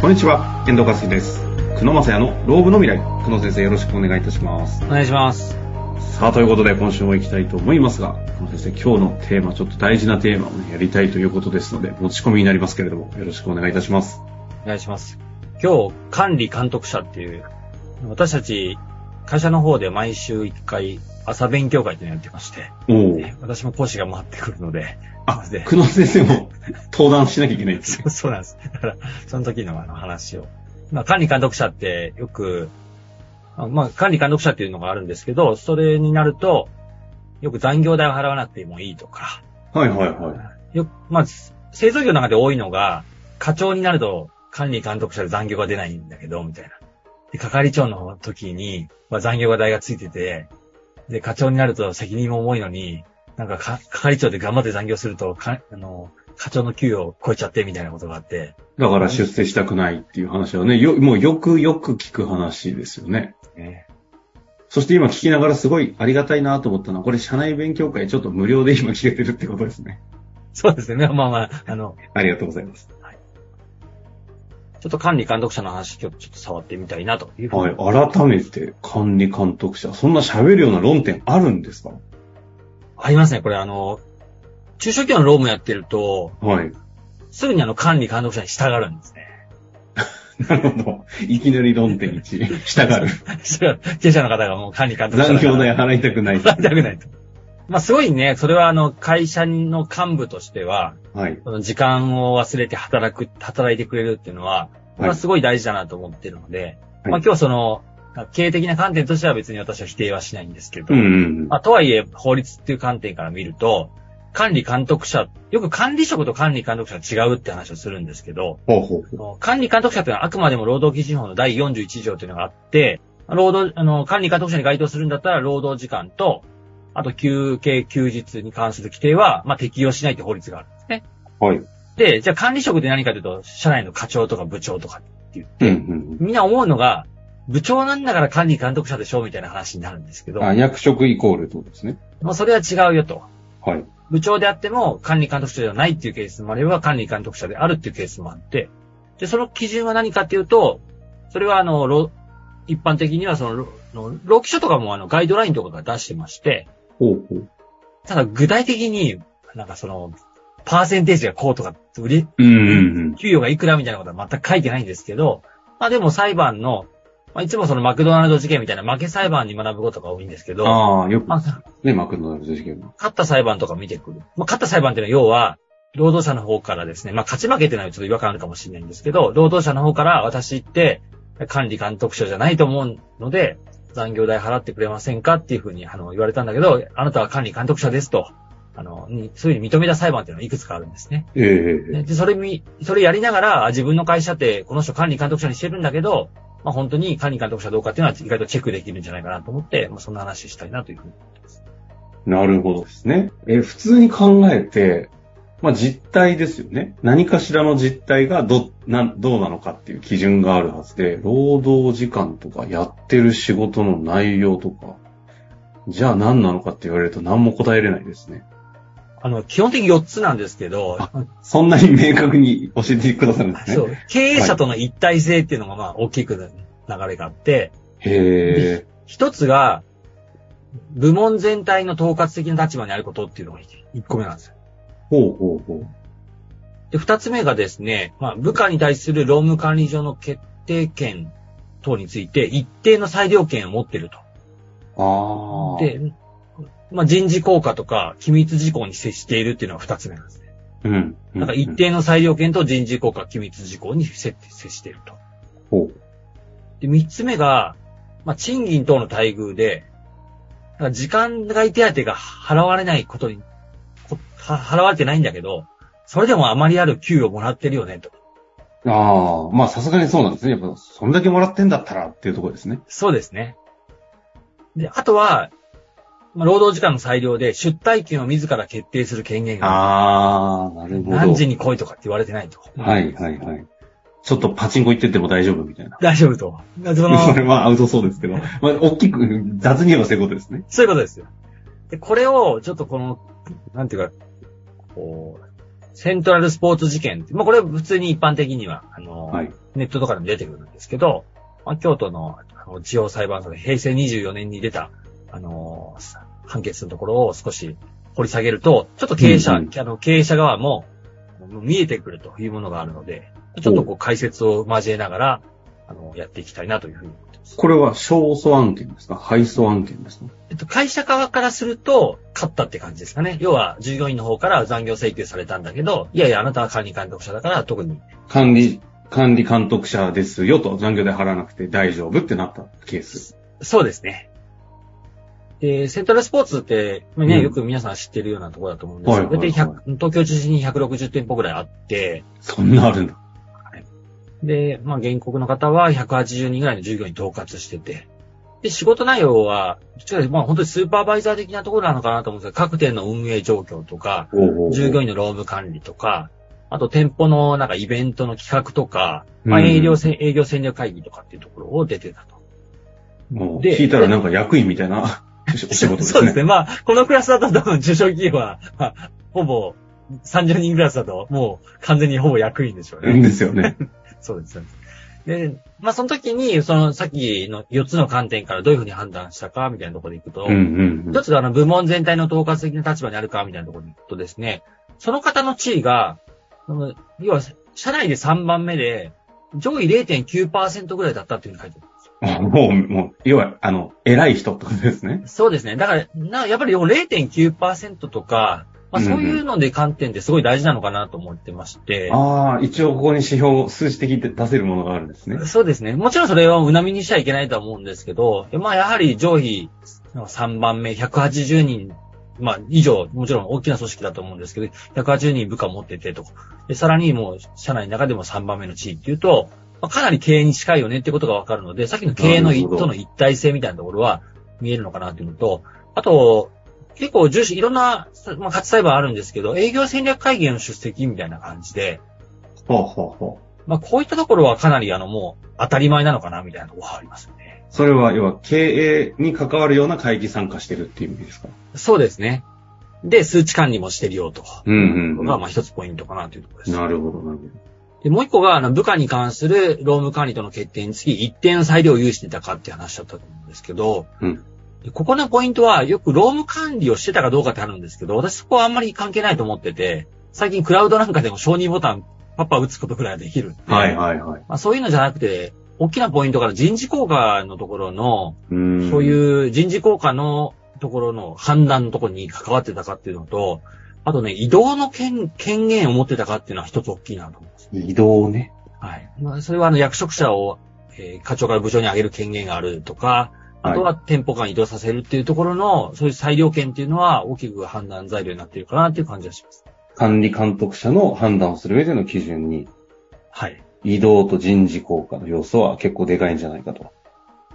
こんにちは、遠藤和樹です。久野正也のローブの未来。久野先生、よろしくお願いいたします。お願いします。さあ、ということで、今週も行きたいと思いますが、久野先生、今日のテーマ、ちょっと大事なテーマをね、やりたいということですので、持ち込みになりますけれども、よろしくお願いいたします。お願いします。今日、管理監督者っていう、私たち、会社の方で毎週一回、朝勉強会っていうのやってまして、おお。私も講師が回ってくるので、 あ、久野先生 も登壇しなきゃいけないですね。そうそうなんです。だから、その時のあの話を。まあ、管理監督者ってよく、あまあ、管理監督者っていうのがあるんですけど、それになると、よく残業代を払わなくてもいいとか、はいはいはい。よく、まあ、製造業の中で多いのが、課長になると管理監督者で残業が出ないんだけど、みたいな。で、係長の時に、まあ、残業代がついてて、で、課長になると責任も重いのに、なんかか、係長で頑張って残業すると、か、あの、課長の給与を超えちゃってみたいなことがあって、だから出世したくないっていう話はね、よ、もうよくよく聞く話ですよね。ねそして今聞きながらすごいありがたいなと思ったのは、これ社内勉強会ちょっと無料で今聞けてるってことですね。そうですね。まあまあ、あの、ありがとうございます。ちょっと管理監督者の話、今日ちょっと触ってみたいなというふうにはい、改めて管理監督者、そんな喋るような論点あるんですかありますね。これあの、中小企業の労務やってると、はい。 すぐにあの管理監督者に従うんですね。 なるほど。いきなり論点1、従う。 それは経営者の方がもう管理監督者残だから業代払いたくない。払いたくないと。まあすごいね、それはあの、会社の幹部としては、はい。その時間を忘れて働く、働いてくれるっていうのは、これはすごい大事だなと思ってるので、はいまあ今日その、経営的な観点としては別に私は否定はしないんですけど、うんうんまあとはいえ法律っていう観点から見ると、管理監督者、よく管理職と管理監督者は違うって話をするんですけど、うん。ほうほうほう。管理監督者というのはあくまでも労働基準法の第41条というのがあって、労働、あの、管理監督者に該当するんだったら労働時間と、あと休憩、休日に関する規定は、まあ、適用しないという法律があるんですね。はい。で、じゃあ管理職で何かというと、社内の課長とか部長とか、うんうんみんな思うのが、部長なんだから管理監督者でしょみたいな話になるんですけうど、ん。あ、役職イコールってことですね。まあ、それは違うよと。はい。部長であっても管理監督者ではないっていうケースもあれば管理監督者であるっていうケースもあって、で、その基準は何かっていうと、それはあの、ろ一般的にはそのろ、ろ労基署とかもあの、ガイドラインとかが出してまして、ほうほう。ただ具体的になんかその、パーセンテージがこうとか、売り、うんうんうん。給与がいくらみたいなことは全く書いてないんですけど、まあでも裁判の、まあいつもそのマクドナルド事件みたいな負け裁判に学ぶことが多いんですけど、ああ、よくまあね、マクドナルド事件の。勝った裁判とか見てくる。まあ、勝った裁判っていうのは要は、労働者の方からですね、まあ、勝ち負けっていうのはちょっと違和感あるかもしれないんですけど、労働者の方から私って管理監督者じゃないと思うので、残業代払ってくれませんかっていうふうにあの言われたんだけど、あなたは管理監督者ですと、あの、にそういうふうに認めた裁判っていうのはいくつかあるんですね。ええええで、それみ、それやりながら、あ自分の会社ってこの人管理監督者にしてるんだけど、まあ、本当に管理監督者どうかっていうのは意外とチェックできるんじゃないかなと思って、まあ、そんな話したいなというふうに。なるほどですね。えー普通に考えて、まあ実態ですよね。何かしらの実態がど、なん、どうなのかっていう基準があるはずで、労働時間とかやってる仕事の内容とか、じゃあ何なのかって言われると何も答えれないですね。あの、基本的に4つなんですけど、そんなに明確に教えてくださるんですそね。う。経営者との一体性っていうのがまあ大きく流れがあって、へえ。一つが、部門全体の統括的な立場にあることっていうのが一個目なんですよ。ほうほうほう。で、二つ目がですね、まあ部下に対する労務管理上の決定権等について一定の裁量権を持っているあと。あ。で、まあ人事効果とか機密事項に接しているっていうのが二つ目なんですね。うん。だから一定の裁量権と人事効果、機密事項に接接していると。ほう。で、三つ目が、まあ、賃金等の待遇で、だから時間外手当が払われないことに、こは払われてないんだけど、それでもあまりある給与をもらってるよね、と。ああ、まあさすがにそうなんですね。やっぱ、そんだけもらってんだったらっていうところですね。そうですね。で、あとは、まあ、労働時間の裁量で出退勤を自ら決定する権限があああ、なるる、ほど。何時に来いとかって言われてないと。はい、はい、はい。ちょっとパチンコ行ってっても大丈夫みたいな。大丈夫と。だそのそれはアウトそうですけど、まあ、大きく、雑に言えばそういうことですね。そういうことですよ。で、これを、ちょっとこの、なんていうか、こう、セントラルスポーツ事件って、まあ、これ普通に一般的には、あの、はい。ネットとかでも出てくるんですけど、まあ、京都のあの地方裁判所で平成24年に出た、あのー判決のところを少し掘り下げると、ちょっと経営者、うんうんあの経営者側ももう見えてくるというものがあるので、ちょっとこう解説を交えながら、あの、やっていきたいなというふうに思ってます。これは小訴案件ですか敗訴案件ですかえっと、会社側からすると、勝ったって感じですかね。要は、従業員の方から残業請求されたんだけど、いやいや、あなたは管理監督者だから、特に管理、管理監督者ですよと残業で払わなくて大丈夫ってなったケース。そうですね。で、セントラルスポーツって、まあね、うんよく皆さん知ってるようなところだと思うんですけど、はいはいはい大体100東京中心に160店舗ぐらいあって、そんなあるんだ。で、まあ、原告の方は180人ぐらいの従業員に統括してて、で、仕事内容は、どっちかというとまあ、本当にスーパーバイザー的なところなのかなと思うんですけど、各店の運営状況とか、おうおうおう従業員の労務管理とか、あと店舗のなんかイベントの企画とか、まあ、うん営業せん営業戦略会議とかっていうところを出てたと。もうで聞いたらなんか役員みたいな お仕事ですね。そうですね。まあ、このクラスだと多分受賞企業は、まあ、ほぼ30人クラスだともう完全にほぼ役員でしょううんね。ですよね。そうです。そうですで、まあその時に、そのさっきの4つの観点からどういうふうに判断したかみたいなところでいくと、うんうんうん一。つがあの部門全体の統括的な立場にあるかみたいなところでいくとですね、その方の地位が、その要は社内で3番目で、上位0.9%ぐらいだったっていうふうに書いてある。あもう、もう、要は、あの、偉い人ってことですね。そうですね。だから、なやっぱりでも0.9%とか、まあ、うんうそんういうので観点ってすごい大事なのかなと思ってまして、ああ、一応ここに指標、数字的に出せるものがあるんですね。そうですね。もちろんそれを鵜呑みにしちゃいけないとは思うんですけど、まあやはり上位3番目、180人、まあ以上、もちろん大きな組織だと思うんですけど、180人部下持っててとか、でさらにもう社内の中でも3番目の地位っていうと、まあかなり経営に近いよねってことがわかるので、さっきの経営のなる一ほどとの一体性みたいなところは見えるのかなっていうのと、あと、結構重視、いろんな、まあ、勝ち裁判あるんですけど、営業戦略会議への出席みたいな感じで、ほうほうほう。まあ、こういったところはかなりあの、もう当たり前なのかな、みたいなところはありますよね。それは、要は、経営に関わるような会議参加してるっていう意味ですかそうですね。で、数値管理もしてるよと。うんうんうんが、まあ、一つポイントかなというところです。なるほど、なるほど。で、もう一個が、あの、部下に関する労務管理との決定につき、一定の裁量を有していたかって話だったと思うんですけど、うんでここのポイントは、よく労務管理をしてたかどうかってあるんですけど、私そこはあんまり関係ないと思ってて、最近クラウドなんかでも承認ボタン、パッパ打つことくらいはできるんで。はいはいはい。まあ、そういうのじゃなくて、大きなポイントから人事効果のところの、うん。そうう。いう人事効果のところの判断のところに関わってたかっていうのと、あとね、移動の権権限を持ってたかっていうのは一つ大きいなと思うんです。移動ね。はい。まあ、それはあの役職者を、えー課長から部長に上げる権限があるとか、あとは店舗間移動させるっていうところの、そういう裁量権っていうのは大きく判断材料になっているかなっていう感じがします。管理監督者の判断をする上での基準に、はい。移動と人事効果の要素は結構でかいんじゃないかと。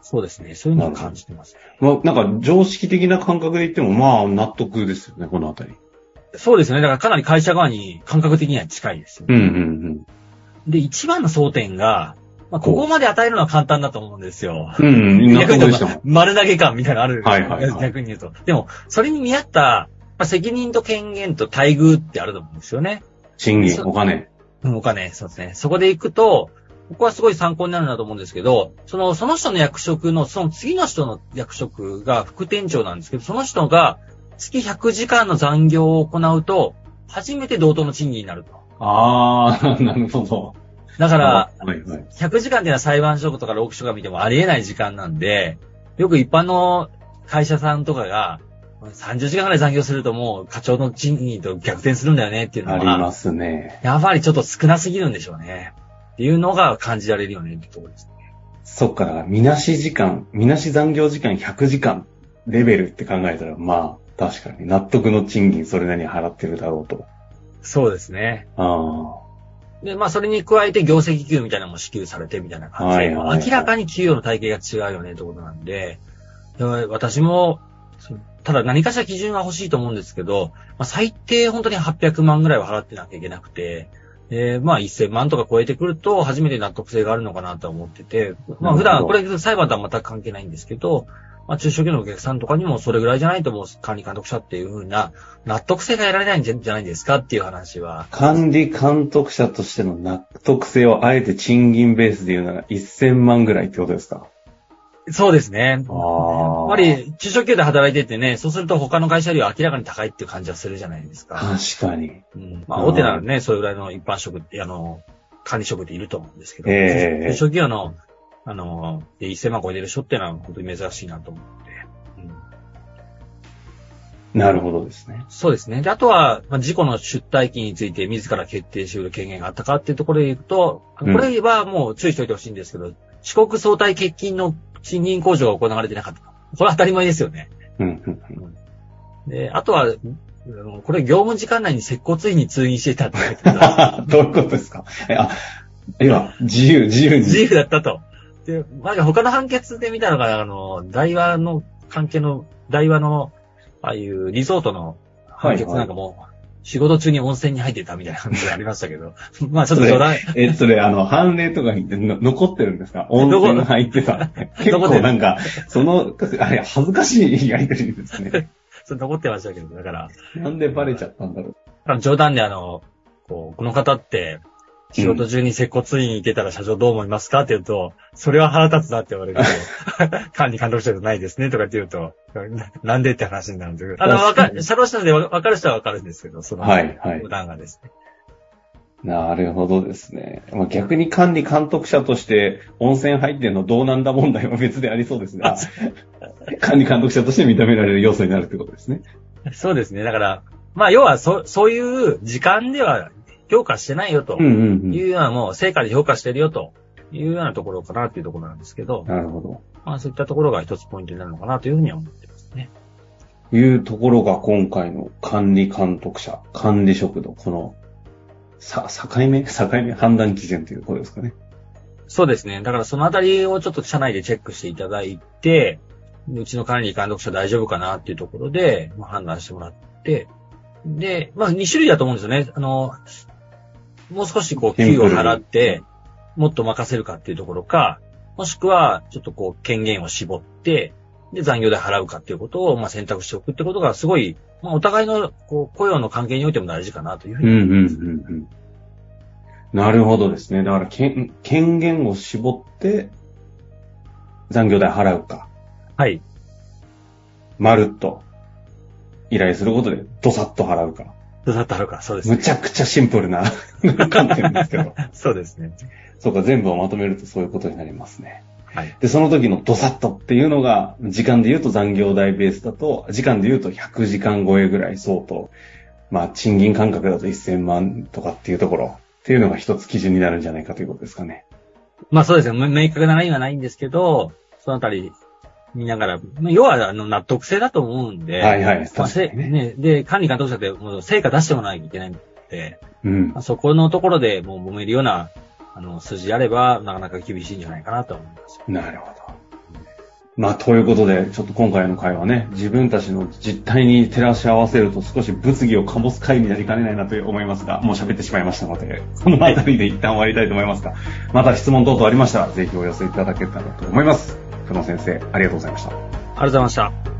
そうですね。そういうのを感じてます。まあ、なんか常識的な感覚で言っても、まあ納得ですよね、このあたり。そうですね。だからかなり会社側に感覚的には近いですよねうんうんで、一番の争点が、まあ、ここまで与えるのは簡単だと思うんですよ。うん。うん、うん、納逆得に言でうしたとまもあん。丸投げ感みたいなのある。はいはいはい逆に言うと。でも、それに見合った、まあ、責任と権限と待遇ってあると思うんですよね。賃そ金、うお金。うんお金、そうですね。そこで行くと、ここはすごい参考になるなと思うんですけど、その、その人の役職の、その次の人の役職が副店長なんですけど、その人が月100時間の残業を行うと、初めて同等の賃金になると。あー、なるほど。だから、はいはい。 100時間っていうのは裁判所とか労基署が見てもありえない時間なんで、よく一般の会社さんとかが、30時間ぐらい残業するともう課長の賃金と逆転するんだよねっていうのありまは、すね。やっぱりちょっと少なすぎるんでしょうね。っていうのが感じられるよねってところです。そっか、みなし時間、みなし残業時間100時間レベルって考えたら、まあ、確かに納得の賃金それなりに払ってるだろうと。そうですね。あで、まあそれに加えて業績給みたいなのも支給されてみたいな感じで、はいはいはい明らかに給与の体系が違うよねってことなんで、だから私も、そうただ何かしら基準が欲しいと思うんですけど、まあ、最低本当に800万ぐらいは払ってなきゃいけなくて、で、まあ1000万とか超えてくると初めて納得性があるのかなとは思ってて、まあ普なる段ほこどれ裁判とは全く関係ないんですけど、まあ、中小企業のお客さんとかにもそれぐらいじゃないともう管理監督者っていうふうな納得性が得られないんじゃじゃないですかっていう話は。管理監督者としての納得性をあえて賃金ベースで言うなら1000万ぐらいってことですかそうですね。あやっぱり中小企業で働いててね、そうすると他の会社よりは明らかに高いっていう感じはするじゃないですか。確かに。うん、まあ、大手ならね、それぐらいの一般職って、あの、管理職っていると思うんですけど、ええ中小企業の、あの、で1000万超えてる人ってのは本当に珍しいなと思って。うんなるほどですね。そうですね。で、あとは、まあ、事故の出退金について自ら決定しうる権限があったかっていうところで言うと、こうんれはもう注意しておいてほしいんですけど、遅刻相対欠勤の賃金控除が行われてなかった。これは当たり前ですよね。うんうん うんで、あとは、あのこれ業務時間内に接骨院に通院していたって書いてあ ったどういうことですかえあ、今、自由、自由自に。由だったと。で、まあ、他の判決で見たのが、あの、台湾の関係の、台湾の、ああいうリゾートの判決なんかも、仕事中に温泉に入ってたみたいな感じがありましたけど、 まあちょっと冗談、 え、それ、あの、判例とかにの残ってるんですか温泉が入ってた。結構なんか、その、あれ、恥ずかしいやりとりです ね。ちょっと残ってましたけど、だから、なんでバレちゃったんだろう。あの冗談であの、こう、この方って、仕事中に接骨院に行ってたら社長どう思いますかって言うと、それは腹立つなって言 われると、管理監督者じゃないですねとかって言うと、ななんでって話になるんですけど、あの、わか、社労士なんでわわかる人はわかるんですけど、その、はい、はい冗。談がですね。なるほどですね。まあ、逆に管理監督者として温泉入ってんのどうなんだ問題は別でありそうです が、管理監督者として認められる要素になるってことですね。そうですね。だから、まあ、要は、そ、そういう時間では評価してないよとうんうんうんい。うような、もう成果で評価してるよというようなところかなっていうところなんですけど、なるほど。まあ、そういったところが一つポイントになるのかなというふうには思ってますね。いうところが今回の管理監督者、管理職のこの、さ、境目境目判断基準ということですかね。そうですね。だからそのあたりをちょっと社内でチェックしていただいて、うちの管理監督者大丈夫かなっていうところで、まあ判断してもらって、で、まあ2種類だと思うんですよね。あの、もう少しこう、給与を払って、もっと任せるかっていうところか、もしくは、ちょっとこう、権限を絞って、で、残業で払うかっていうことを、まあ選択しておくってことが、すごい、まあお互いの、こう、雇用の関係においても大事かなというふううんに。うんうんうん。なるほどですね。だから、権、権限を絞って、残業代払うか。はい。まるっと依頼することでドサッと払うか。どうだったのか、そうですむね。ちゃくちゃシンプルな 観点ですけど。 そうですね。そうか、全部をまとめるとそういうことになりますね。はい。で、その時のドサッとっていうのが、時間で言うと残業代ベースだと、時間で言うと100時間超えぐらい相当。まあ、賃金感覚だと1000万とかっていうところ。っていうのが一つ基準になるんじゃないかということですかね。まあそうですね。め明確なラインはないんですけど、そのあたり見ながら、まあ要はあの納得性だと思うんで、はいはい。まあ確かせにね。ね、で、管理監督者ってもう成果出してもらわなきゃいけないんで、うんまあ、。そこのところでもう揉めるようなあの数字あれば、なかなか厳しいんじゃないかなと思います。なるほど。まあ、ということで、ちょっと今回の会はね、自分たちの実態に照らし合わせると少し物議を醸す会になりかねないなと思いますが、もう喋ってしまいましたので、この辺りで一旦終わりたいと思いますが、また質問等々ありましたら、ぜひお寄せいただけたらと思います。久野先生、ありがとうございました。ありがとうございました。